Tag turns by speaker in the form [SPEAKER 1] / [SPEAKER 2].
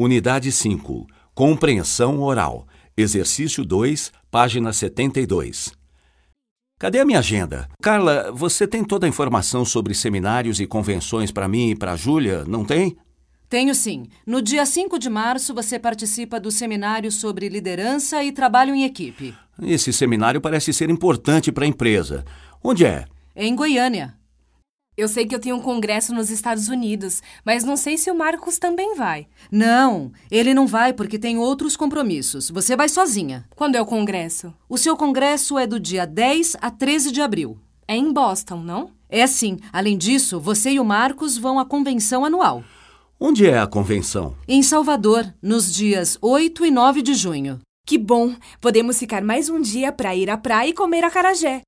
[SPEAKER 1] Unidade 5. Compreensão oral. Exercício 2, página 72. Cadê a minha agenda? Carla, você tem toda a informação sobre seminários e convenções para mim e para a Júlia, não tem?
[SPEAKER 2] Tenho sim. No dia 5 de março, você participa do seminário sobre liderança e trabalho em equipe.
[SPEAKER 1] Esse seminário parece ser importante para a empresa. Onde é?
[SPEAKER 2] Em Goiânia.
[SPEAKER 3] Eu sei que eu tenho um congresso nos Estados Unidos, mas não sei se o Marcos também vai.
[SPEAKER 2] Não, ele não vai porque tem outros compromissos. Você vai sozinha.
[SPEAKER 3] Quando é o congresso?
[SPEAKER 2] O seu congresso é do dia 10 a 13 de abril.
[SPEAKER 3] É em Boston, não?
[SPEAKER 2] É sim. Além disso, você e o Marcos vão à convenção anual.
[SPEAKER 1] Onde é a convenção?
[SPEAKER 2] Em Salvador, nos dias 8 e 9 de junho.
[SPEAKER 3] Que bom! Podemos ficar mais um dia para ir à praia e comer acarajé.